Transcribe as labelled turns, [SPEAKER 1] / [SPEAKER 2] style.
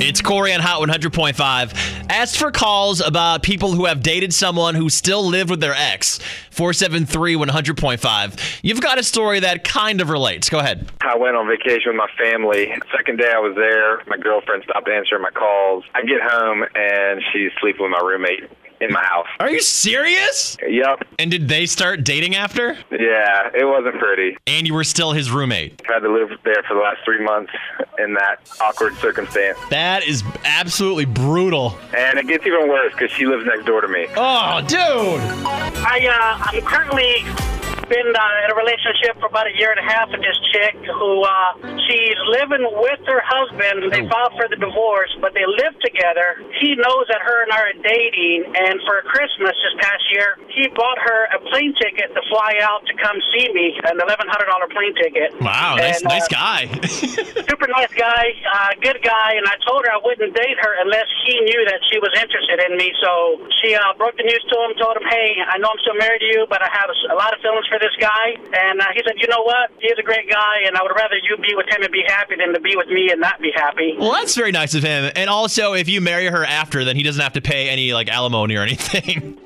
[SPEAKER 1] It's Corey on Hot 100.5. Asked for calls about people who have dated someone who still lived with their ex. 473 100.5. You've got a story that kind of relates. Go ahead.
[SPEAKER 2] I went on vacation with my family. Second day I was there, my girlfriend stopped answering my calls. I get home and she's sleeping with my roommate in my house.
[SPEAKER 1] Are you serious?
[SPEAKER 2] Yep.
[SPEAKER 1] And did they start dating after?
[SPEAKER 2] Yeah, it wasn't pretty.
[SPEAKER 1] And you were still his roommate.
[SPEAKER 2] Had to live there for the last three months in that awkward circumstance.
[SPEAKER 1] That is absolutely brutal.
[SPEAKER 2] And it gets even worse because she lives next door to me.
[SPEAKER 1] Oh, dude.
[SPEAKER 3] I uh, I'm currently been uh, in a relationship for about a year and a half with this chick who uh, she's living with her husband.
[SPEAKER 1] Oh.
[SPEAKER 3] They filed for the divorce, but they live together. He knows that her and I are dating, and for Christmas this past year, he bought her a plane ticket to fly out to come see me, an eleven hundred dollar plane ticket.
[SPEAKER 1] Wow, nice,
[SPEAKER 3] And, uh,
[SPEAKER 1] nice guy.
[SPEAKER 3] super nice guy, uh, good guy, and I told her I wouldn't date her unless he knew that she was interested in me. So she uh, broke the news to him, told him, "Hey, I know I'm still married to you, but I have a lot of feelings for this guy." And uh, he said, "You know what? He's a great guy, and I would rather you be with him and be happy than to be with me and not be happy."
[SPEAKER 1] well, that's very nice of him. And also, if you marry her after, then he doesn't have to pay any like alimony or anything.